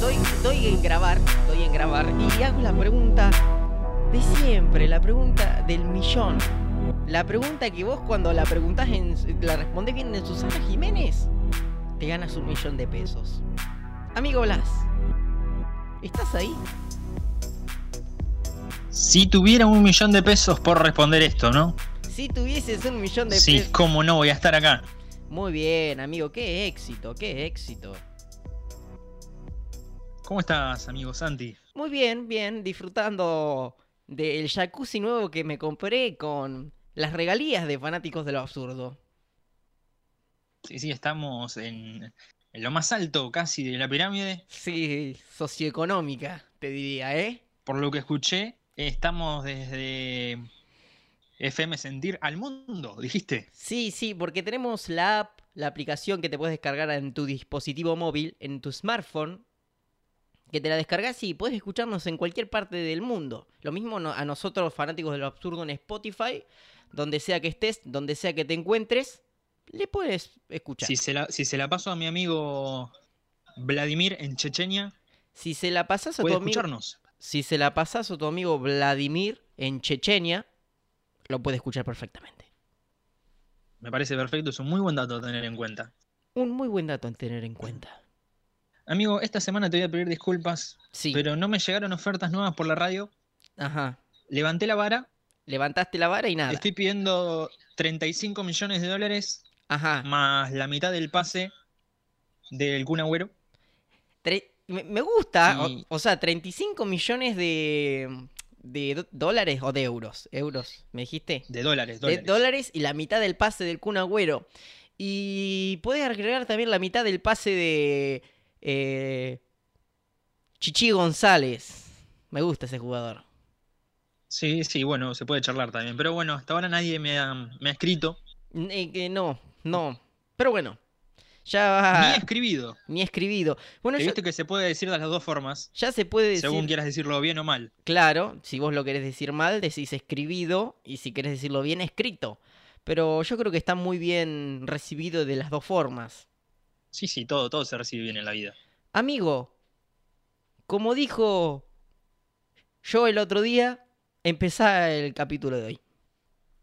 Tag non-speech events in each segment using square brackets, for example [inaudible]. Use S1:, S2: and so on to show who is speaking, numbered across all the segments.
S1: doy, doy en grabar, doy en grabar y hago la pregunta de siempre, la pregunta del millón. La pregunta que vos cuando la preguntás, en, la respondes bien en Susana Jiménez, te ganas un millón de pesos. Amigo Blas, ¿estás ahí?
S2: Si tuviera un millón de pesos por responder esto, ¿no?
S1: Si tuvieses un millón de
S2: sí,
S1: pesos...
S2: cómo no voy a estar acá.
S1: Muy bien, amigo, qué éxito, qué éxito.
S2: ¿Cómo estás, amigo Santi?
S1: Muy bien, bien, disfrutando del jacuzzi nuevo que me compré con las regalías de fanáticos de lo absurdo.
S2: Sí, sí, estamos en, en lo más alto casi de la pirámide.
S1: Sí, socioeconómica, te diría, ¿eh?
S2: Por lo que escuché, estamos desde FM Sentir al mundo, dijiste.
S1: Sí, sí, porque tenemos la app, la aplicación que te puedes descargar en tu dispositivo móvil, en tu smartphone, que te la descargas y puedes escucharnos en cualquier parte del mundo. Lo mismo no- a nosotros, fanáticos de lo absurdo, en Spotify, donde sea que estés, donde sea que te encuentres, le puedes escuchar.
S2: Si se, la, si se la paso a mi amigo Vladimir en Chechenia,
S1: Si se la pasas a tu
S2: puede
S1: amigo,
S2: escucharnos.
S1: si se la pasas a tu amigo Vladimir en Chechenia, lo puede escuchar perfectamente.
S2: Me parece perfecto, es un muy buen dato a tener en cuenta.
S1: Un muy buen dato a tener en cuenta.
S2: Amigo, esta semana te voy a pedir disculpas,
S1: Sí.
S2: pero no me llegaron ofertas nuevas por la radio.
S1: Ajá.
S2: Levanté la vara,
S1: Levantaste la vara y nada.
S2: estoy pidiendo 35 millones de dólares
S1: Ajá.
S2: más la mitad del pase del Kun Agüero.
S1: Tre- Me me gusta, o-
S2: Y-
S1: o, sea, 35 millones de, de do- dólares o de euros. Euros, ¿me dijiste?
S2: De dólares, dólares.
S1: De dólares y la mitad del pase del Kun Agüero. Y puedes agregar también la mitad del pase de eh, Chichi González. Me gusta ese jugador.
S2: Sí, sí, bueno, se puede charlar también. Pero bueno, hasta ahora nadie me ha, me ha escrito
S1: Eh, que no, no. Pero bueno, ya
S2: ni
S1: va.
S2: escribido.
S1: Ni escribido. Bueno,
S2: Que
S1: ya,
S2: Viste que se puede decir de las dos formas,
S1: ya se puede decir.
S2: según quieras decirlo bien o mal.
S1: Claro, si vos lo querés decir mal, decís escribido y si querés decirlo bien, escrito. Pero yo creo que está muy bien recibido de las dos formas.
S2: Sí, sí, todo, todo se recibe bien en la vida.
S1: Amigo, como dijo yo el otro día, empezá el capítulo de hoy.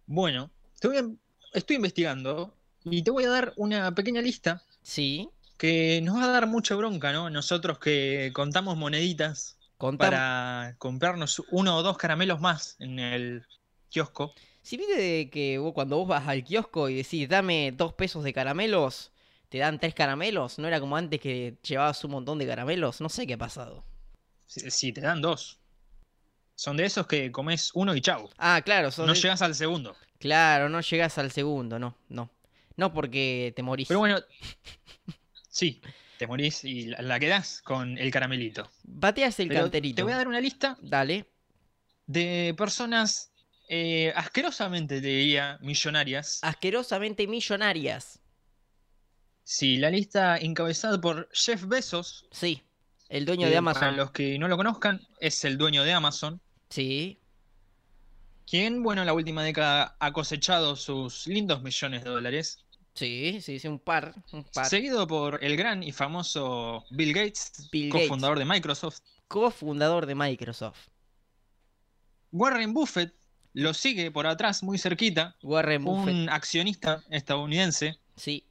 S2: Bueno, te voy a- estoy investigando y te voy a dar una pequeña lista
S1: Sí,
S2: que nos va a dar mucha bronca, ¿no? Nosotros que contamos moneditas
S1: contame.
S2: para comprarnos uno o dos caramelos más en el kiosco.
S1: Si viste de que vos, cuando vos vas al kiosco y decís dame dos pesos de caramelos, te dan tres caramelos, no era como antes que llevabas un montón de caramelos, no sé qué ha pasado.
S2: Si, si te dan dos. Son de esos que comes uno y chau.
S1: Ah, claro, sos
S2: No
S1: de-
S2: llegas al segundo.
S1: Claro, no llegás al segundo, no, no. No porque te morís. [laughs]
S2: Pero bueno, sí, te morís y la, la quedás con el caramelito.
S1: Bateas el
S2: Pero
S1: canterito.
S2: Te voy a dar una lista
S1: Dale.
S2: de personas eh, asquerosamente, te diría, millonarias.
S1: Ah. Asquerosamente millonarias.
S2: Sí, la lista encabezada por Jeff Bezos.
S1: Sí. El dueño
S2: que
S1: de
S2: Para
S1: Amazon.
S2: los que no lo conozcan, es el dueño de Amazon.
S1: Sí.
S2: Quien, bueno, en la última década ha cosechado sus lindos millones de dólares.
S1: Sí, sí, sí, un par. Un par.
S2: Seguido por el gran y famoso Bill Gates,
S1: Bill Gates.
S2: cofundador de Microsoft.
S1: Cofundador de Microsoft.
S2: Warren Buffett lo sigue por atrás, muy cerquita.
S1: Warren Buffett.
S2: un accionista estadounidense.
S1: Sí.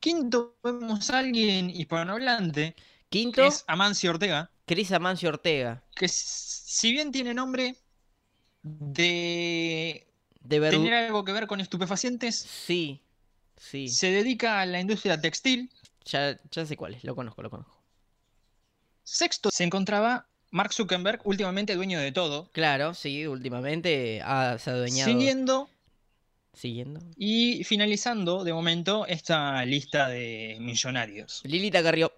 S2: Quinto, vemos a alguien hispanohablante,
S1: Quinto,
S2: que es Amancio Ortega,
S1: Cris Amancio Ortega.
S2: que s- si bien tiene nombre de
S1: De Verdu...
S2: tener algo que ver con estupefacientes,
S1: Sí. Sí.
S2: se dedica a la industria textil.
S1: Ya, ya sé cuál es. Lo conozco, lo conozco.
S2: Sexto, se encontraba Mark Zuckerberg, últimamente dueño de todo.
S1: Claro, sí, últimamente ha, se ha adueñado.
S2: Siguiendo
S1: Siguiendo.
S2: y finalizando de momento esta lista de millonarios.
S1: Lilita Carrió.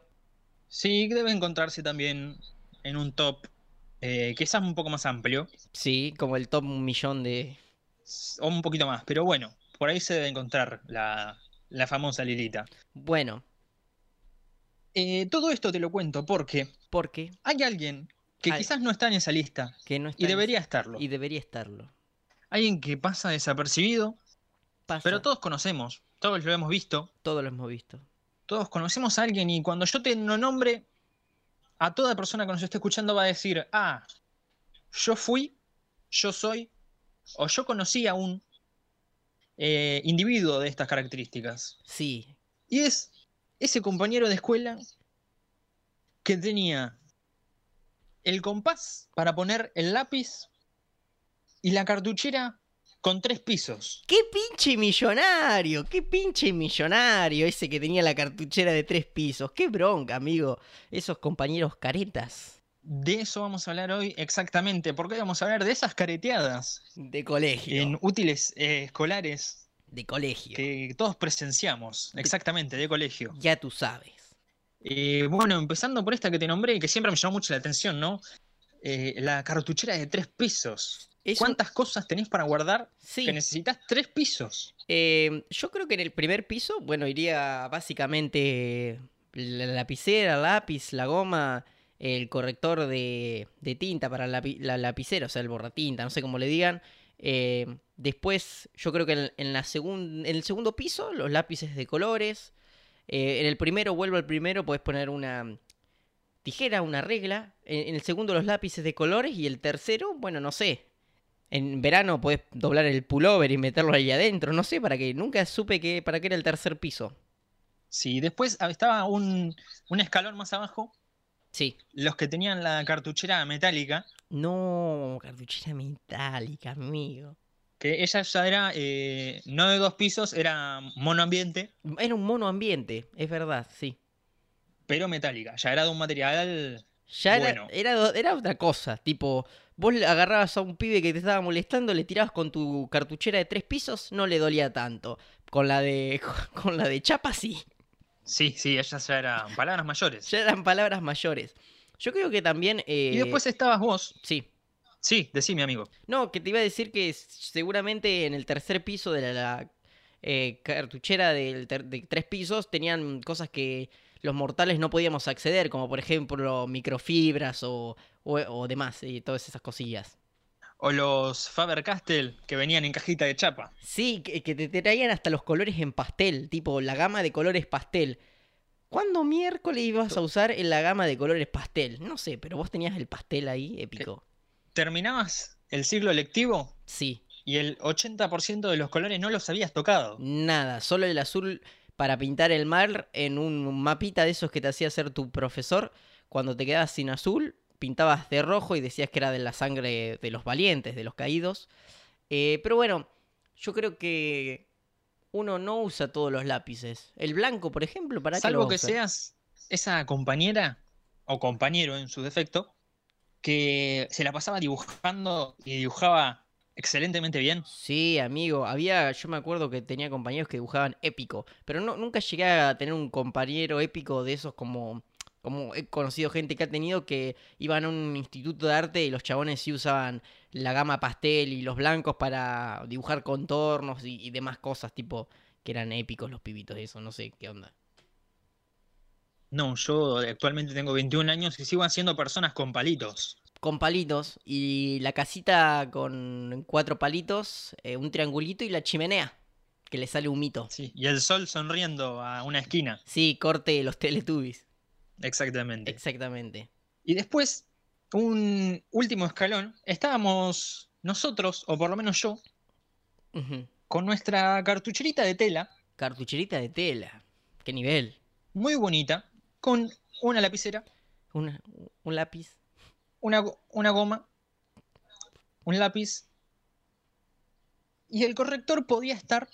S2: Sí, debe encontrarse también en un top eh, quizás un poco más amplio.
S1: Sí, como el top un millón de.
S2: o un poquito más, pero bueno, por ahí se debe encontrar la, la famosa Lilita.
S1: Bueno,
S2: Eh, todo esto te lo cuento porque
S1: ¿por qué?
S2: hay alguien que
S1: Ay.
S2: quizás no está en esa lista
S1: Que no está
S2: y
S1: en-
S2: debería estarlo.
S1: Y debería estarlo.
S2: Alguien que pasa desapercibido,
S1: Pasa,
S2: pero todos conocemos, todos lo hemos visto,
S1: todo lo hemos visto.
S2: todos conocemos a alguien y cuando yo te lo nombre, a toda persona que nos esté escuchando va a decir, ah, yo fui, yo soy, o yo conocí a un eh, individuo de estas características.
S1: Sí,
S2: Y es ese compañero de escuela que tenía el compás para poner el lápiz y la cartuchera con tres pisos.
S1: ¡Qué pinche millonario! ¡Qué pinche millonario! Ese que tenía la cartuchera de tres pisos. ¡Qué bronca, amigo! Esos compañeros caretas
S2: De eso vamos a hablar hoy exactamente, porque hoy vamos a hablar de esas careteadas
S1: de colegio.
S2: en útiles eh, escolares
S1: De colegio.
S2: que todos presenciamos, exactamente, de colegio.
S1: Ya tú sabes.
S2: Eh, bueno, empezando por esta que te nombré, que siempre me llamó mucho la atención, ¿no? Eh, la cartuchera de tres pisos.
S1: Es un-
S2: ¿Cuántas cosas tenés para guardar
S1: Sí.
S2: que necesitas tres pisos?
S1: Eh, yo creo que en el primer piso, bueno, iría básicamente la lapicera, lápiz, la goma, el corrector de, de tinta para la, lapi- la lapicera, o sea, el borratinta, no sé cómo le digan. Eh, después, yo creo que en, en la segun- en el segundo piso, los lápices de colores. Eh, en el primero, vuelvo al primero, podés poner una tijera, una regla. En, en el segundo, los lápices de colores. Y el tercero, bueno, no sé, en verano podés doblar el pullover y meterlo ahí adentro, no sé, para que nunca supe que, para qué era el tercer piso.
S2: Sí, después ah, estaba un, un escalón más abajo,
S1: Sí.
S2: los que tenían la cartuchera metálica,
S1: No, cartuchera metálica, amigo.
S2: que ella ya era eh, no de dos pisos, era monoambiente,
S1: Era un mono ambiente, es verdad, sí.
S2: pero metálica, ya era de un material...
S1: Ya era-
S2: Bueno.
S1: era, do- era otra cosa, tipo, vos le agarrabas a un pibe que te estaba molestando, le tirabas con tu cartuchera de tres pisos, no le dolía tanto. Con la de, [laughs] con la de chapa sí.
S2: Sí, sí, ella ya eran palabras mayores.
S1: Ya eran palabras mayores. Yo creo que también...
S2: Y
S1: eh,
S2: después estabas vos.
S1: Sí.
S2: Sí, decime, amigo.
S1: No, que te iba a decir que s- seguramente en el tercer piso de la, la, eh, cartuchera del ter- de, tres pisos tenían cosas que los mortales no podíamos acceder, como por ejemplo microfibras o, o- o demás, y todas esas cosillas.
S2: O los Faber Castell que venían en cajita de chapa.
S1: Sí, que, que te traían hasta los colores en pastel, tipo la gama de colores pastel. ¿Cuándo miércoles ibas a usar en la gama de colores pastel? No sé, pero vos tenías el pastel ahí épico.
S2: Terminabas el siglo lectivo
S1: Sí.
S2: y el 80% de los colores no los habías tocado.
S1: Mm, Nada, solo el azul para pintar el mar en un mapita de esos que te hacía hacer tu profesor. Cuando te quedabas sin azul, pintabas de rojo y decías que era de la sangre de los valientes, de los caídos. Eh, pero bueno, yo creo que uno no usa todos los lápices. El blanco, por ejemplo, para qué lo
S2: Salvo
S1: va a
S2: que
S1: usar?
S2: seas esa compañera o compañero en su defecto que se la pasaba dibujando y dibujaba excelentemente bien.
S1: Sí, amigo, había, yo me acuerdo que tenía compañeros que dibujaban épico, pero no, nunca llegué a tener un compañero épico de esos como, como he conocido gente que ha tenido que iban a un instituto de arte y los chabones sí usaban la gama pastel y los blancos para dibujar contornos y, y demás cosas, tipo, que eran épicos los pibitos, eso, no sé qué onda.
S2: No, yo actualmente tengo 21 años y sigo haciendo personas con palitos.
S1: Con palitos y la casita con cuatro palitos, eh, un triangulito y la chimenea, que le sale un mito.
S2: Sí, Y el sol sonriendo a una esquina.
S1: Sí, corte de los Teletubbies.
S2: Exactamente.
S1: Exactamente.
S2: Y después, un último escalón, estábamos nosotros, o por lo menos yo,
S1: Ujú.
S2: con nuestra cartucherita de tela,
S1: Cartucherita de tela. ¿Qué nivel?
S2: muy bonita, con una lapicera,
S1: Una- un lápiz.
S2: una, go- una goma, un lápiz. Y el corrector podía estar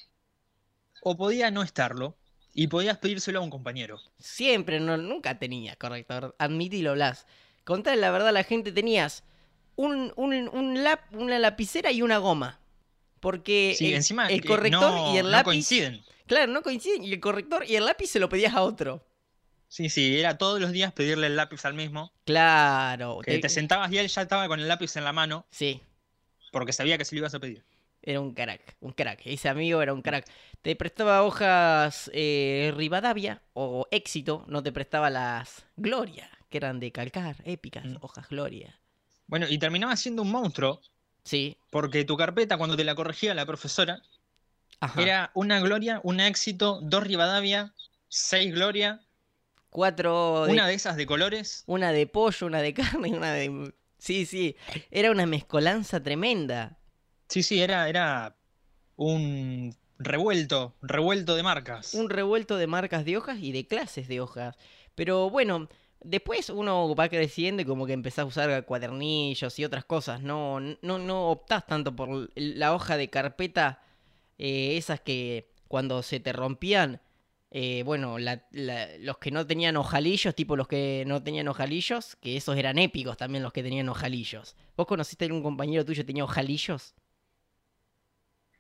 S2: o podía no estarlo, y podías pedírselo a un compañero.
S1: Siempre, no, nunca tenías corrector. Admitilo, Blas. Contale la verdad a la gente, tenías un, un- un lap- una lapicera y una goma. Porque
S2: Sí,
S1: Eh, el,
S2: encima
S1: el
S2: que
S1: corrector
S2: no-
S1: y el
S2: no
S1: lápiz.
S2: coinciden.
S1: Claro, no coinciden. Y el corrector y el lápiz se lo pedías a otro.
S2: Sí, sí, era todos los días pedirle el lápiz al mismo.
S1: Claro.
S2: Que
S1: te-
S2: te sentabas y él ya estaba con el lápiz en la mano.
S1: sí.
S2: porque sabía que se lo ibas a pedir.
S1: Era un crack, un crack. Ese amigo era un crack. Te prestaba hojas eh, Rivadavia o Éxito, no te prestaba las Gloria, que eran de calcar, épicas,
S2: Mm.
S1: hojas Gloria.
S2: Bueno, y terminaba siendo un monstruo,
S1: Sí,
S2: porque tu carpeta, cuando te la corregía la profesora,
S1: ajá.
S2: era una gloria, un éxito, dos Rivadavia, seis gloria,
S1: cuatro de-
S2: Una de esas de colores.
S1: una de pollo, una de carne y una de... Sí, sí, era una mezcolanza tremenda.
S2: Sí, sí, era, era un revuelto, revuelto de marcas.
S1: Un revuelto de marcas de hojas y de clases de hojas. Pero bueno, después uno va creciendo y como que empezás a usar cuadernillos y otras cosas. No, no, no optás tanto por la hoja de carpeta, eh, esas que cuando se te rompían, eh, bueno, la- la- los que no tenían ojalillos, tipo los que no tenían ojalillos, que esos eran épicos también los que tenían ojalillos. ¿Vos conociste a algún compañero tuyo que tenía ojalillos?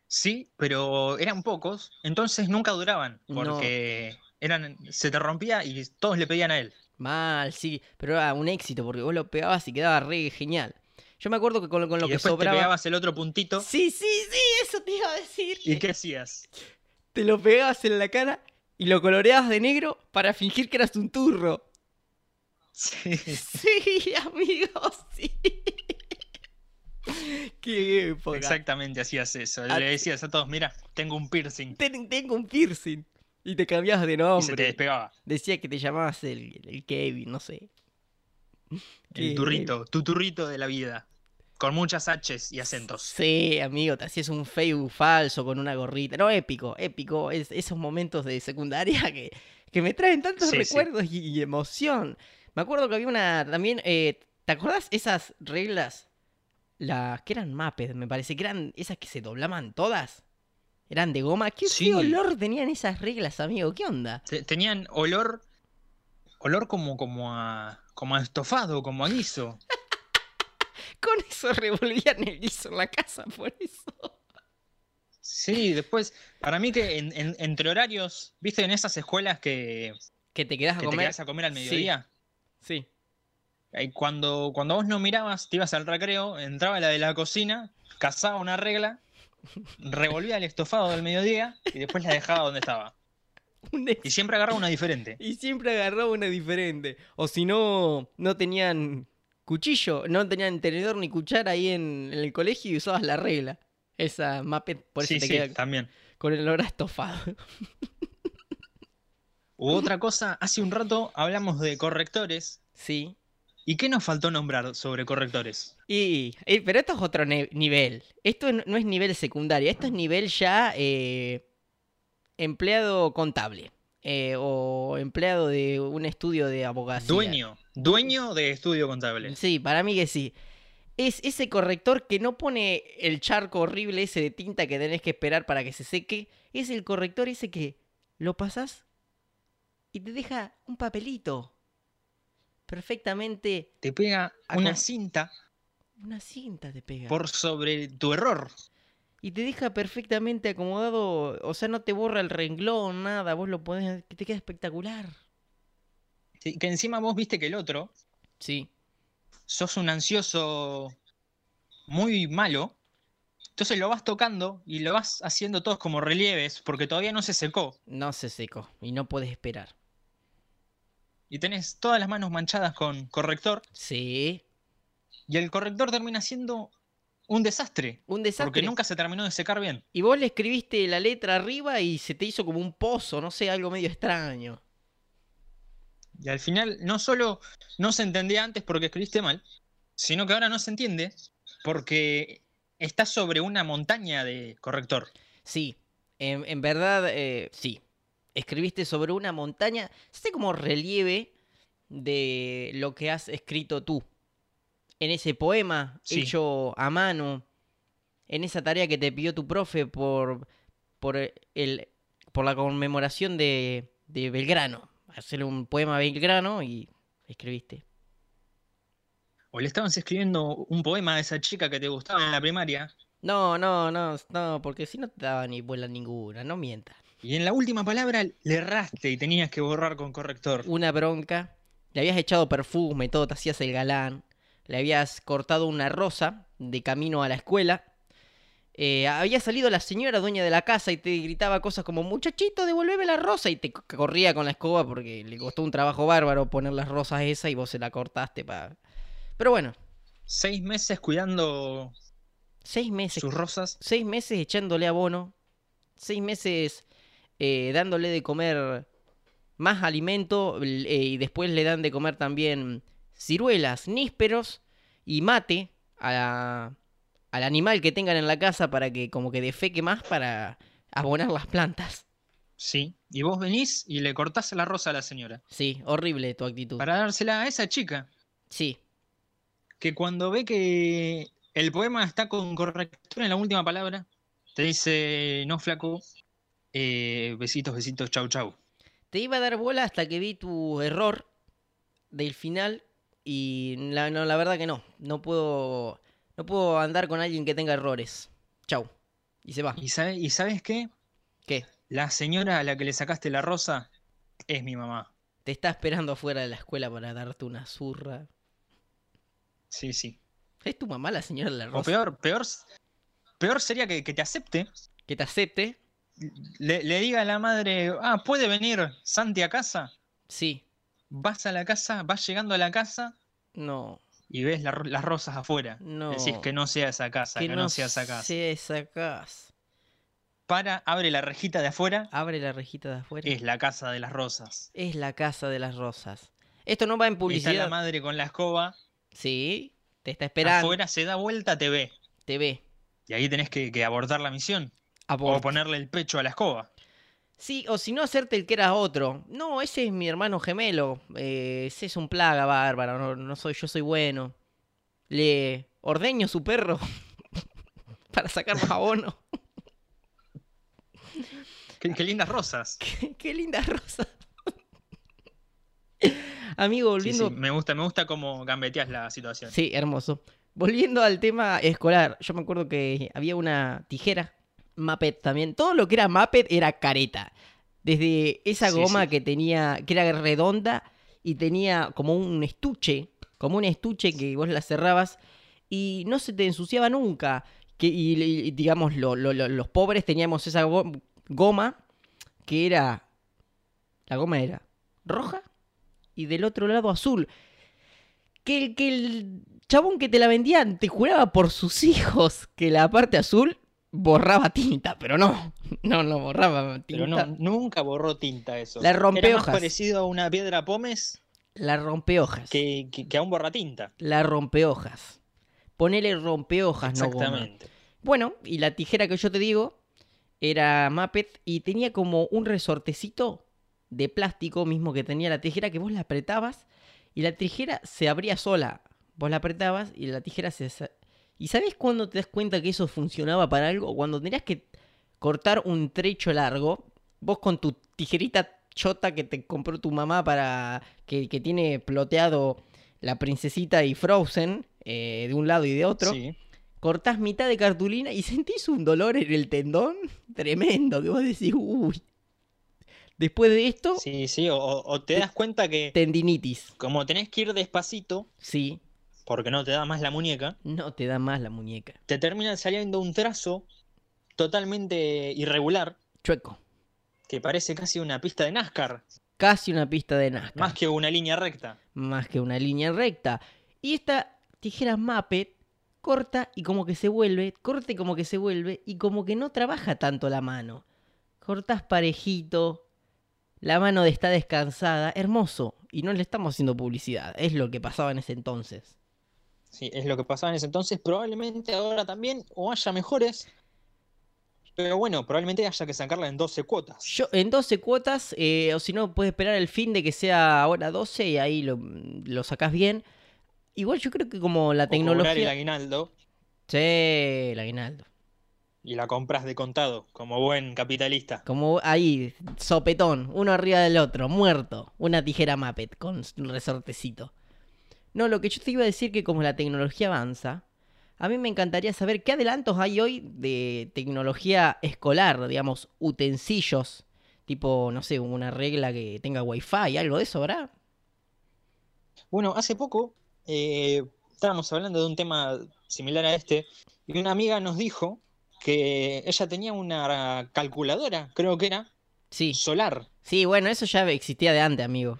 S2: Sí, pero eran pocos, entonces nunca duraban,
S1: No.
S2: porque eran, se te rompía y todos le pedían a él.
S1: Mal, sí, pero era un éxito porque vos lo pegabas y quedaba re genial. Yo me acuerdo que con, con lo
S2: y
S1: que
S2: después te
S1: sobraba.
S2: pegabas el otro puntito.
S1: Sí, sí, sí, eso te iba a decir.
S2: ¿Y qué hacías?
S1: Te lo pegabas en la cara y lo coloreabas de negro para fingir que eras un turro.
S2: Sí.
S1: [laughs] Sí, amigos, sí. [laughs] Qué época.
S2: [laughs] Exactamente hacías eso.
S1: Ah,
S2: Le decías a todos, mira, tengo un piercing.
S1: Ten- tengo un piercing. Y te cambiabas de
S2: Y se te
S1: nombre.
S2: despegaba.
S1: Decía que te llamabas el, el Kevin, no sé. Qué
S2: El turrito, tu turrito de la vida. Con muchas H's y acentos.
S1: Sí, amigo, te hacías un Facebook falso con una gorrita. No, épico, épico. Es, esos momentos de secundaria que, que me traen tantos
S2: Sí, sí.
S1: recuerdos y, y emoción. Me acuerdo que había una también. eh, ¿Te acordás esas reglas? Las que eran mapes, me parece que eran esas que se doblaban todas. Eran de goma. ¿Qué
S2: Sí.
S1: qué olor tenían esas reglas, amigo? ¿Qué onda? [laughs]
S2: Te- Tenían olor. Olor como, como a. como a estofado, como a guiso.
S1: Con eso revolvían el guiso en la casa, por eso.
S2: Sí, después. Para mí que en- en- entre horarios, viste, en esas escuelas que,
S1: Que te quedas a
S2: que te
S1: comer.
S2: quedás a comer al
S1: Sí.
S2: mediodía.
S1: Sí.
S2: ahí Cuando, cuando vos no mirabas, te ibas al recreo, entraba la de la cocina, cazaba una regla, revolvía el estofado del mediodía y después la dejaba donde estaba.
S1: [laughs] Un
S2: Y siempre agarraba una diferente.
S1: Y siempre agarraba una diferente. O si no, no tenían cuchillo, no tenían tenedor ni cuchara ahí en, en el colegio y usabas la regla. Esa mapet, por eso
S2: sí,
S1: te
S2: sí,
S1: queda
S2: también.
S1: con el olor a estofado. [laughs]
S2: U otra cosa, hace un rato hablamos de correctores.
S1: Sí.
S2: ¿Y qué nos faltó nombrar sobre correctores?
S1: Y, eh, pero esto es otro ne- nivel. Esto no no es nivel secundario, esto es nivel ya eh, empleado contable. eh, o empleado de un estudio de abogacía.
S2: Dueño, dueño de estudio contable.
S1: Sí, para mí que sí. Es ese corrector que no pone el charco horrible ese de tinta que tenés que esperar para que se seque. Es el corrector ese que lo pasás y te deja un papelito. Perfectamente
S2: Te pega
S1: Ah,
S2: una
S1: con-
S2: cinta
S1: una cinta te pega.
S2: por sobre tu error.
S1: Y te deja perfectamente acomodado. O sea, no te borra el renglón, nada. Vos lo podés... que Te queda espectacular.
S2: Sí, Que encima vos viste que el otro,
S1: Sí.
S2: sos un ansioso muy malo. Entonces lo vas tocando y lo vas haciendo todos como relieves porque todavía no se secó.
S1: No se secó y no puedes esperar.
S2: Y tenés todas las manos manchadas con corrector.
S1: Sí.
S2: Y el corrector termina siendo un desastre.
S1: Un desastre.
S2: Porque nunca se terminó de secar bien.
S1: Y vos le escribiste la letra arriba y se te hizo como un pozo, no sé, algo medio extraño.
S2: Y al final no solo no se entendía antes porque escribiste mal, sino que ahora no se entiende porque está sobre una montaña de corrector.
S1: Sí, en, en verdad, eh, sí. Escribiste sobre una montaña, sé como relieve de lo que has escrito tú. En ese poema
S2: Sí.
S1: hecho a mano, en esa tarea que te pidió tu profe por, por, el, por la conmemoración de, de Belgrano. Hacer un poema a Belgrano y escribiste.
S2: O le estabas escribiendo un poema a esa chica que te gustaba en la primaria
S1: No, no, no, no, porque si no te daba ni vuela ninguna, no mientas.
S2: Y en la última palabra le erraste y tenías que borrar con corrector.
S1: Una bronca, le habías echado perfume, todo, te hacías el galán, le habías cortado una rosa de camino a la escuela, eh, había salido la señora dueña de la casa y te gritaba cosas como, muchachito, devuélveme la rosa, y te c- corría con la escoba porque le costó un trabajo bárbaro poner las rosas esas y vos se la cortaste para... Pero bueno,
S2: Seis meses cuidando
S1: seis meses
S2: sus rosas.
S1: seis meses echándole abono, seis meses eh, dándole de comer más alimento l- eh, y después le dan de comer también ciruelas, nísperos y mate a- al animal que tengan en la casa para que como que defeque más para abonar las plantas.
S2: Sí. Y vos venís y le cortás la rosa a la señora.
S1: Sí, horrible tu actitud.
S2: Para dársela a esa chica.
S1: Sí,
S2: Que cuando ve que el poema está con correctura en la última palabra, te dice, no flaco, eh, besitos, besitos, chau, chau.
S1: te iba a dar bola hasta que vi tu error del final y la, no, la verdad que no, no puedo, no puedo andar con alguien que tenga errores. Chau. Y se va.
S2: ¿Y, sabe- y sabes qué?
S1: ¿Qué?
S2: La señora a la que le sacaste la rosa es mi mamá.
S1: Te está esperando afuera de la escuela para darte una zurra.
S2: Sí, sí.
S1: ¿Es tu mamá la señora de la
S2: O
S1: rosa?
S2: peor, peor, peor sería que, que te acepte,
S1: Que te acepte.
S2: le, le diga a la madre, ah, puede venir Santi a casa.
S1: Sí.
S2: Vas a la casa, vas llegando a la casa
S1: No.
S2: y ves la ro- las rosas afuera.
S1: No.
S2: Decís que no sea esa casa, que, no, sea esa casa.
S1: sea esa casa.
S2: Para, abre la rejita de afuera,
S1: Abre la rejita de afuera.
S2: es la casa de las rosas.
S1: Es la casa de las rosas. Esto no va en
S2: Y Está la
S1: publicidad.
S2: madre con la escoba,
S1: sí. Te está esperando.
S2: afuera se da vuelta, te ve.
S1: Te ve.
S2: Y ahí tenés que, que abordar la misión.
S1: Aborto.
S2: O ponerle el pecho a la escoba.
S1: Sí, o si no hacerte el que era otro. No, ese es mi hermano gemelo. eh, ese es un plaga bárbaro. No, no soy, yo soy bueno. Le ordeño su perro [laughs] para sacar más abono.
S2: Qué, qué lindas rosas.
S1: [laughs] qué, qué linda rosa. [laughs] Amigo,
S2: Sí,
S1: volviendo.
S2: sí, me gusta, me gusta cómo gambeteas la situación.
S1: Sí, hermoso. Volviendo al tema escolar, yo me acuerdo que había una tijera, Muppet también. Todo lo que era Muppet era careta. Desde esa
S2: Sí,
S1: goma
S2: sí.
S1: que tenía, que era redonda y tenía como un estuche, como un estuche que vos la cerrabas y no se te ensuciaba nunca. Que, y, y- digamos, lo- lo- lo- los pobres teníamos esa go- goma que era. La goma era roja y del otro lado azul. Que el, que el chabón que te la vendían te juraba por sus hijos que la parte azul borraba tinta, pero no. [laughs] No, no borraba tinta.
S2: Pero no, nunca borró tinta eso.
S1: La rompe
S2: Era más
S1: hojas.
S2: parecido a una piedra pómez
S1: La rompehojas.
S2: que, que- que a un borratinta.
S1: La rompehojas. Ponele rompehojas, no goma.
S2: Exactamente.
S1: Bueno, y la tijera que yo te digo era Muppet y tenía como un resortecito de plástico mismo que tenía la tijera que vos la apretabas y la tijera se abría sola. Vos la apretabas y la tijera se... sa- ¿Y sabés cuándo te das cuenta que eso funcionaba para algo? Cuando tenías que cortar un trecho largo, vos con tu tijerita chota que te compró tu mamá para que, que tiene ploteado la princesita y Frozen eh, de un lado y de otro,
S2: Sí.
S1: cortás mitad de cartulina y [laughs] sentís un dolor en el tendón tremendo que vos decís, uy. Después de esto,
S2: Sí, sí, o, o- o te das cuenta que
S1: tendinitis.
S2: como tenés que ir despacito,
S1: Sí,
S2: porque no te da más la muñeca,
S1: no te da más la muñeca.
S2: te termina saliendo un trazo totalmente irregular,
S1: Chueco.
S2: que parece casi una pista de NASCAR,
S1: Casi una pista de Nazca.
S2: más que una línea recta.
S1: más que una línea recta. Y esta tijera Muppet corta y como que se vuelve, corta y como que se vuelve, y como que no trabaja tanto la mano. Cortas parejito, la mano está descansada, hermoso. Y no le estamos haciendo publicidad, es lo que pasaba en ese entonces.
S2: Sí, es lo que pasaba en ese entonces. Probablemente ahora también o haya mejores. Pero bueno, probablemente haya que sacarla en 12 cuotas.
S1: Yo, en 12 cuotas, eh, o si no, puedes esperar el fin de que sea ahora 12 y ahí lo, lo sacás bien. Igual yo creo que como la
S2: O cobrar el
S1: tecnología...
S2: aguinaldo
S1: Sí, el aguinaldo.
S2: y la compras de contado, como buen capitalista.
S1: Como ahí, sopetón, uno arriba del otro, muerto. Una tijera Muppet con s- un resortecito. No, lo que yo te iba a decir que como la tecnología avanza, a mí me encantaría saber qué adelantos hay hoy de tecnología escolar, digamos, utensilios, tipo, no sé, una regla que tenga wifi, algo de eso, ¿verdad?
S2: Bueno, hace poco eh, estábamos hablando de un tema similar a este y una amiga nos dijo que ella tenía una calculadora, creo que era,
S1: Sí.
S2: solar.
S1: Sí, bueno, eso ya existía de antes, amigo.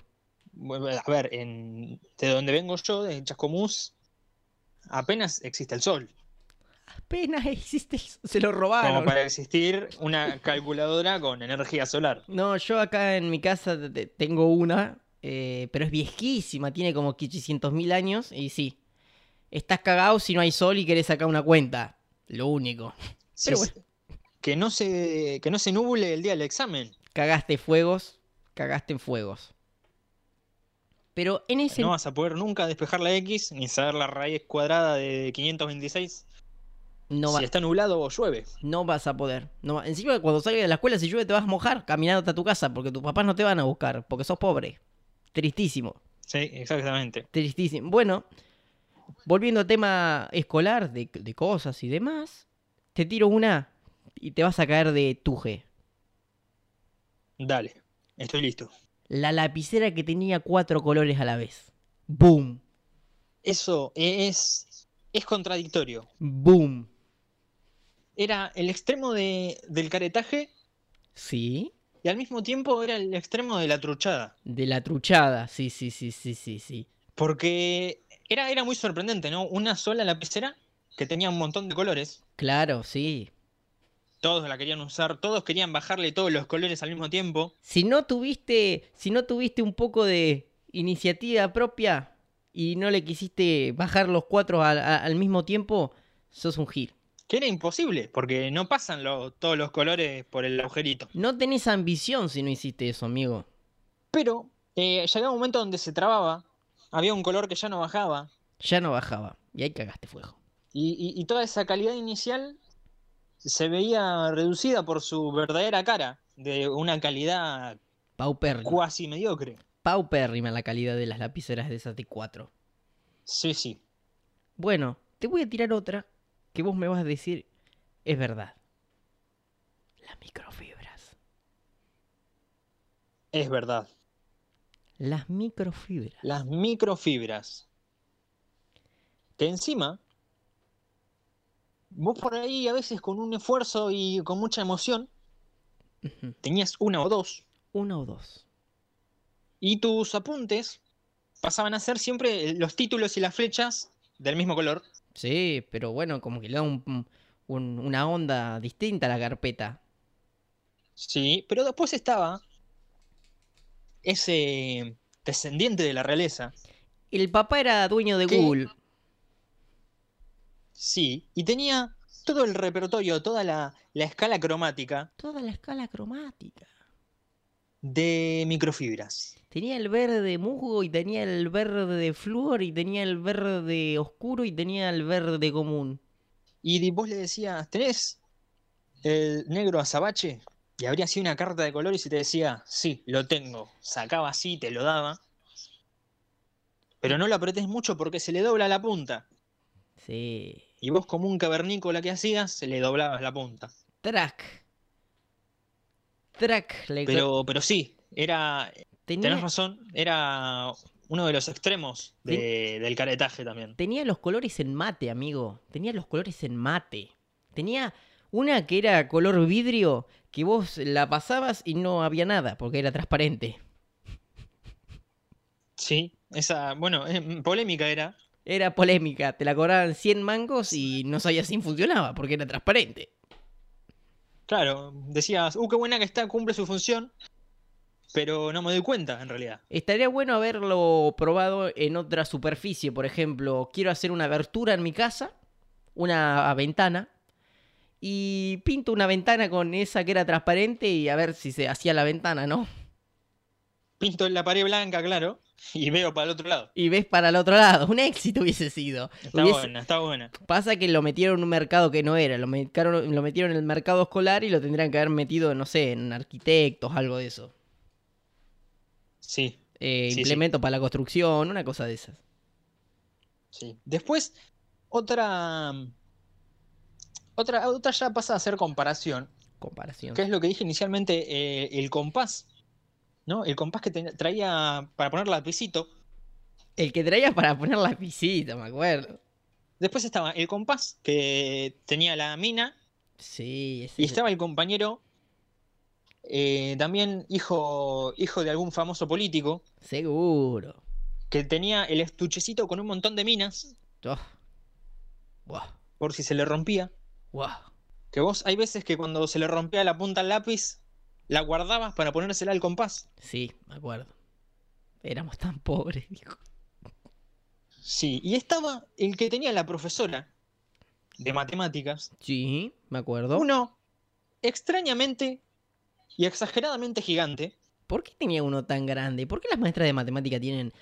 S2: Bueno, A ver, en, de donde vengo yo, de Chascomús, apenas existe el sol.
S1: apenas [laughs] existe, se lo
S2: Como
S1: robaron.
S2: para existir una calculadora con energía solar.
S1: No, yo acá en mi casa te- te- tengo una, eh, pero es viejísima, tiene como 800 mil años y sí. Estás cagado si no hay sol y querés sacar una cuenta. Lo único.
S2: Sí,
S1: Pero
S2: sí. que, no se, que no se nuble el día del examen.
S1: Cagaste fuegos, cagaste en fuegos. Pero en ese...
S2: No vas a poder nunca despejar la X ni saber la raíz cuadrada de 526
S1: no va-
S2: si está nublado o llueve.
S1: No vas a poder. No va- Encima, cuando salgas de la escuela, si llueve, te vas a mojar caminando hasta tu casa porque tus papás no te van a buscar, porque sos pobre. Tristísimo,
S2: Sí, exactamente.
S1: tristísimo. Bueno, volviendo al tema escolar, de, de cosas y demás, te tiro una y te vas a caer de tuje.
S2: Dale, estoy listo.
S1: La lapicera que tenía cuatro colores a la vez. Boom,
S2: Eso es, es contradictorio.
S1: boom.
S2: Era el extremo de- del caretaje
S1: ¿Sí?
S2: y al mismo tiempo era el extremo de la truchada.
S1: De la truchada, sí, sí, sí, sí, sí, sí.
S2: Porque era, era muy sorprendente, ¿no? Una sola lapicera que tenía un montón de colores.
S1: Claro, sí.
S2: Todos la querían usar, todos querían bajarle todos los colores al mismo tiempo.
S1: si no tuviste, si no tuviste un poco de iniciativa propia y no le quisiste bajar los cuatro al, a- al mismo tiempo, sos un gil.
S2: Que era imposible, porque no pasan lo- todos los colores por el agujerito.
S1: No tenés ambición si no hiciste eso, amigo.
S2: Pero eh, llegaba un momento donde se trababa, había un color que ya no bajaba,
S1: Ya no bajaba. Y ahí cagaste fuego.
S2: y, y- y toda esa calidad inicial se veía reducida por su verdadera cara, de una calidad
S1: Paupérrima.
S2: cuasi mediocre.
S1: Paupérrima la calidad de las lapiceras de esas de cuatro.
S2: Sí, sí.
S1: Bueno, te voy a tirar otra que vos me vas a decir es verdad. Las microfibras.
S2: Es verdad.
S1: Las microfibras.
S2: Las microfibras. Que encima, vos por ahí a veces con un esfuerzo y con mucha emoción,
S1: Ujú.
S2: tenías una o dos,
S1: Una o dos.
S2: y tus apuntes pasaban a ser siempre los títulos y las flechas del mismo color.
S1: Sí, pero bueno, como que le da un- un- una onda distinta a la carpeta.
S2: Sí, pero después estaba ese descendiente de la realeza.
S1: El papá era dueño de
S2: ¿Qué?
S1: Google.
S2: Sí, y tenía todo el repertorio, toda la, la escala cromática
S1: Toda la escala cromática.
S2: de microfibras.
S1: Tenía el verde musgo y tenía el verde flúor y tenía el verde oscuro y tenía el verde común.
S2: Y di- vos le decías, ¿tenés el negro azabache? Y habría sido una carta de colores y te decía, sí, lo tengo. Sacaba así, te lo daba. Pero no lo apretés mucho porque se le dobla la punta.
S1: Sí.
S2: Y vos como un cavernícola que hacías, se le doblabas la punta.
S1: Track. Track. Le
S2: Pero, pero sí, era, tenés
S1: tenía,
S2: razón, era uno de los extremos de- del caretaje también.
S1: tenía los colores en mate, amigo. Tenía los colores en mate. Tenía una que era color vidrio que vos la pasabas y no había nada porque era transparente.
S2: Sí, esa, bueno, em, polémica era.
S1: Era polémica, te la cobraban 100 mangos y no sabías si funcionaba porque era transparente.
S2: Claro, decías, uh, qué buena que está, cumple su función, pero no me doy cuenta en realidad.
S1: Estaría bueno haberlo probado en otra superficie, por ejemplo, quiero hacer una abertura en mi casa, una ventana, y pinto una ventana con esa que era transparente y a ver si se hacía la ventana, ¿no?
S2: Pinto en la pared blanca, claro, y veo para el otro lado.
S1: Y ves para el otro lado, un éxito hubiese sido.
S2: Está
S1: Hubiese-
S2: buena, está buena.
S1: Pasa que lo metieron en un mercado que no era, lo metieron, lo metieron en el mercado escolar y lo tendrían que haber metido, no sé, en arquitectos, algo de eso.
S2: Sí,
S1: eh,
S2: Sí, sí.
S1: implemento para la construcción, una cosa de esas.
S2: sí. Después, otra, otra, otra ya pasa a ser comparación,
S1: Comparación.
S2: que es lo que dije inicialmente, eh, el compás, ¿no? El compás que ten- traía para poner lapicito.
S1: El que traía para poner la piscina, me acuerdo.
S2: Después estaba el compás que tenía la mina
S1: Sí, ese
S2: y
S1: es-
S2: estaba el compañero, eh, también hijo, hijo de algún famoso político,
S1: seguro.
S2: que tenía el estuchecito con un montón de minas
S1: Oh. Buah.
S2: por si se le rompía.
S1: Wow.
S2: Que vos hay veces que cuando se le rompía la punta al lápiz, la guardabas para ponérsela al compás.
S1: Sí, me acuerdo. Éramos tan pobres, [laughs] dijo.
S2: Sí, y estaba el que tenía la profesora de matemáticas.
S1: Sí, me acuerdo.
S2: Uno extrañamente y exageradamente gigante.
S1: ¿Por qué tenía uno tan grande? ¿Por qué las maestras de matemática tienen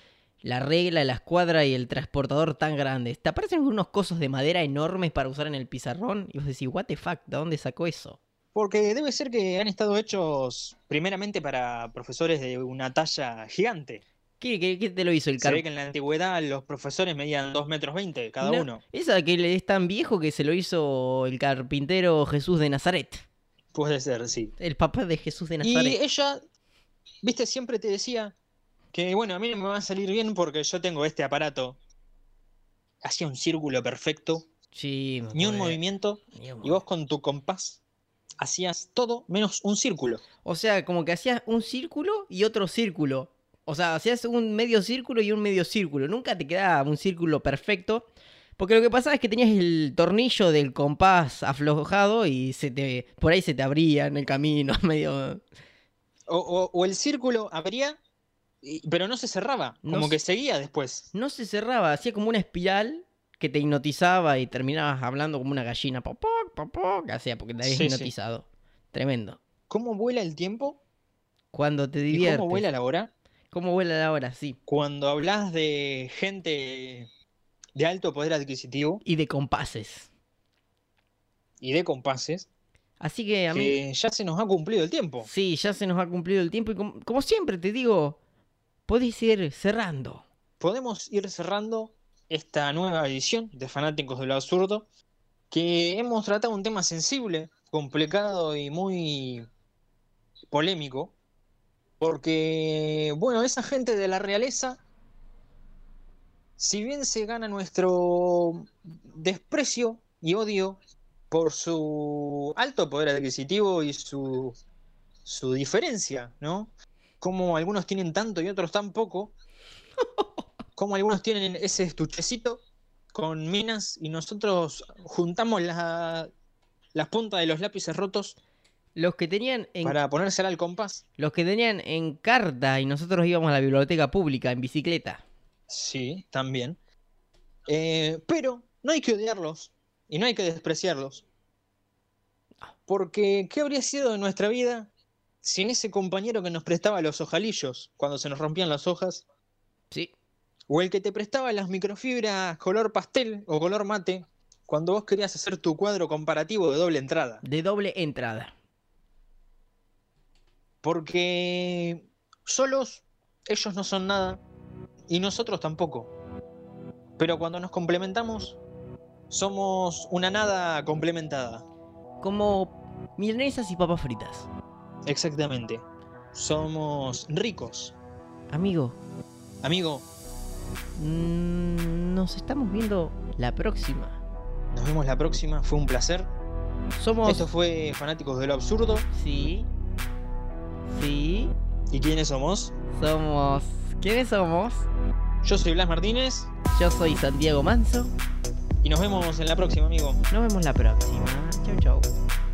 S1: la regla, la escuadra y el transportador tan grandes? Te aparecen unos cosos de madera enormes para usar en el pizarrón y vos decís, what the fuck, ¿de dónde sacó eso?
S2: Porque debe ser que han estado hechos primeramente para profesores de una talla gigante.
S1: ¿Qué, qué- qué te lo hizo el
S2: Se
S1: carpintero?
S2: ve que en la antigüedad los profesores medían 2 metros 20 cada
S1: No,
S2: uno.
S1: Esa que le es tan viejo que se lo hizo el carpintero Jesús de Nazaret.
S2: Puede ser, sí.
S1: El papá de Jesús de
S2: Y
S1: Nazaret.
S2: ella, viste, siempre te decía que, bueno, a mí no me va a salir bien porque yo tengo este aparato. Hacía un círculo perfecto,
S1: Sí, me
S2: ni un
S1: acuerdo.
S2: movimiento,
S1: Ni un
S2: y vos con tu compás hacías todo menos un círculo.
S1: O sea, como que hacías un círculo y otro círculo. O sea, hacías un medio círculo y un medio círculo. Nunca te quedaba un círculo perfecto. Porque lo que pasaba es que tenías el tornillo del compás aflojado y se te, por ahí se te abría en el camino, [laughs] medio...
S2: O, o- o el círculo abría, y- pero no se cerraba,
S1: No
S2: como
S1: se-
S2: que seguía después.
S1: No se cerraba, hacía como una espiral que te hipnotizaba y terminabas hablando como una gallina. Popoc, popoc, hacía porque te habías
S2: Sí, sí.
S1: hipnotizado. Tremendo.
S2: ¿Cómo vuela el tiempo?
S1: Cuando te
S2: ¿Y
S1: diviertes.
S2: cómo vuela la hora?
S1: ¿Cómo vuela la hora? Sí.
S2: Cuando hablas de gente de alto poder adquisitivo
S1: Y de compases.
S2: y de compases,
S1: Así que a mí...
S2: que ya se nos ha cumplido el tiempo.
S1: Sí, ya se nos ha cumplido el tiempo y com- como, siempre te digo, podéis ir cerrando.
S2: podemos ir cerrando esta nueva edición de Fanáticos del Absurdo, que hemos tratado un tema sensible, complicado y muy polémico, porque, bueno, esa gente de la realeza, si bien se gana nuestro desprecio y odio por su alto poder adquisitivo y su, su diferencia, ¿no? Como algunos tienen tanto y otros tan poco, como algunos tienen ese estuchecito con minas y nosotros juntamos la- las puntas de los lápices rotos
S1: Los que tenían en
S2: para ponérsela al compás.
S1: los que tenían en carta y nosotros íbamos a la biblioteca pública en bicicleta.
S2: Sí, también. Eh, pero no hay que odiarlos y no hay que despreciarlos. Porque, ¿qué habría sido de nuestra vida sin ese compañero que nos prestaba los ojalillos cuando se nos rompían las hojas?
S1: Sí.
S2: O el que te prestaba las microfibras color pastel o color mate cuando vos querías hacer tu cuadro comparativo de doble entrada.
S1: De doble entrada.
S2: Porque solos ellos no son nada y nosotros tampoco. Pero cuando nos complementamos, somos una nada complementada.
S1: Como milanesas y papas fritas.
S2: Exactamente. Somos ricos.
S1: Amigo,
S2: Amigo,
S1: mm, nos estamos viendo la próxima.
S2: nos vemos la próxima. Fue un placer.
S1: Somos
S2: Esto fue Fanáticos de lo Absurdo.
S1: Sí. Sí.
S2: ¿Y quiénes somos?
S1: Somos ¿Quiénes somos?
S2: Yo soy Blas Martínez
S1: Yo soy Santiago Manso.
S2: y nos vemos en la próxima, amigo.
S1: Nos vemos la próxima. Chau, chau.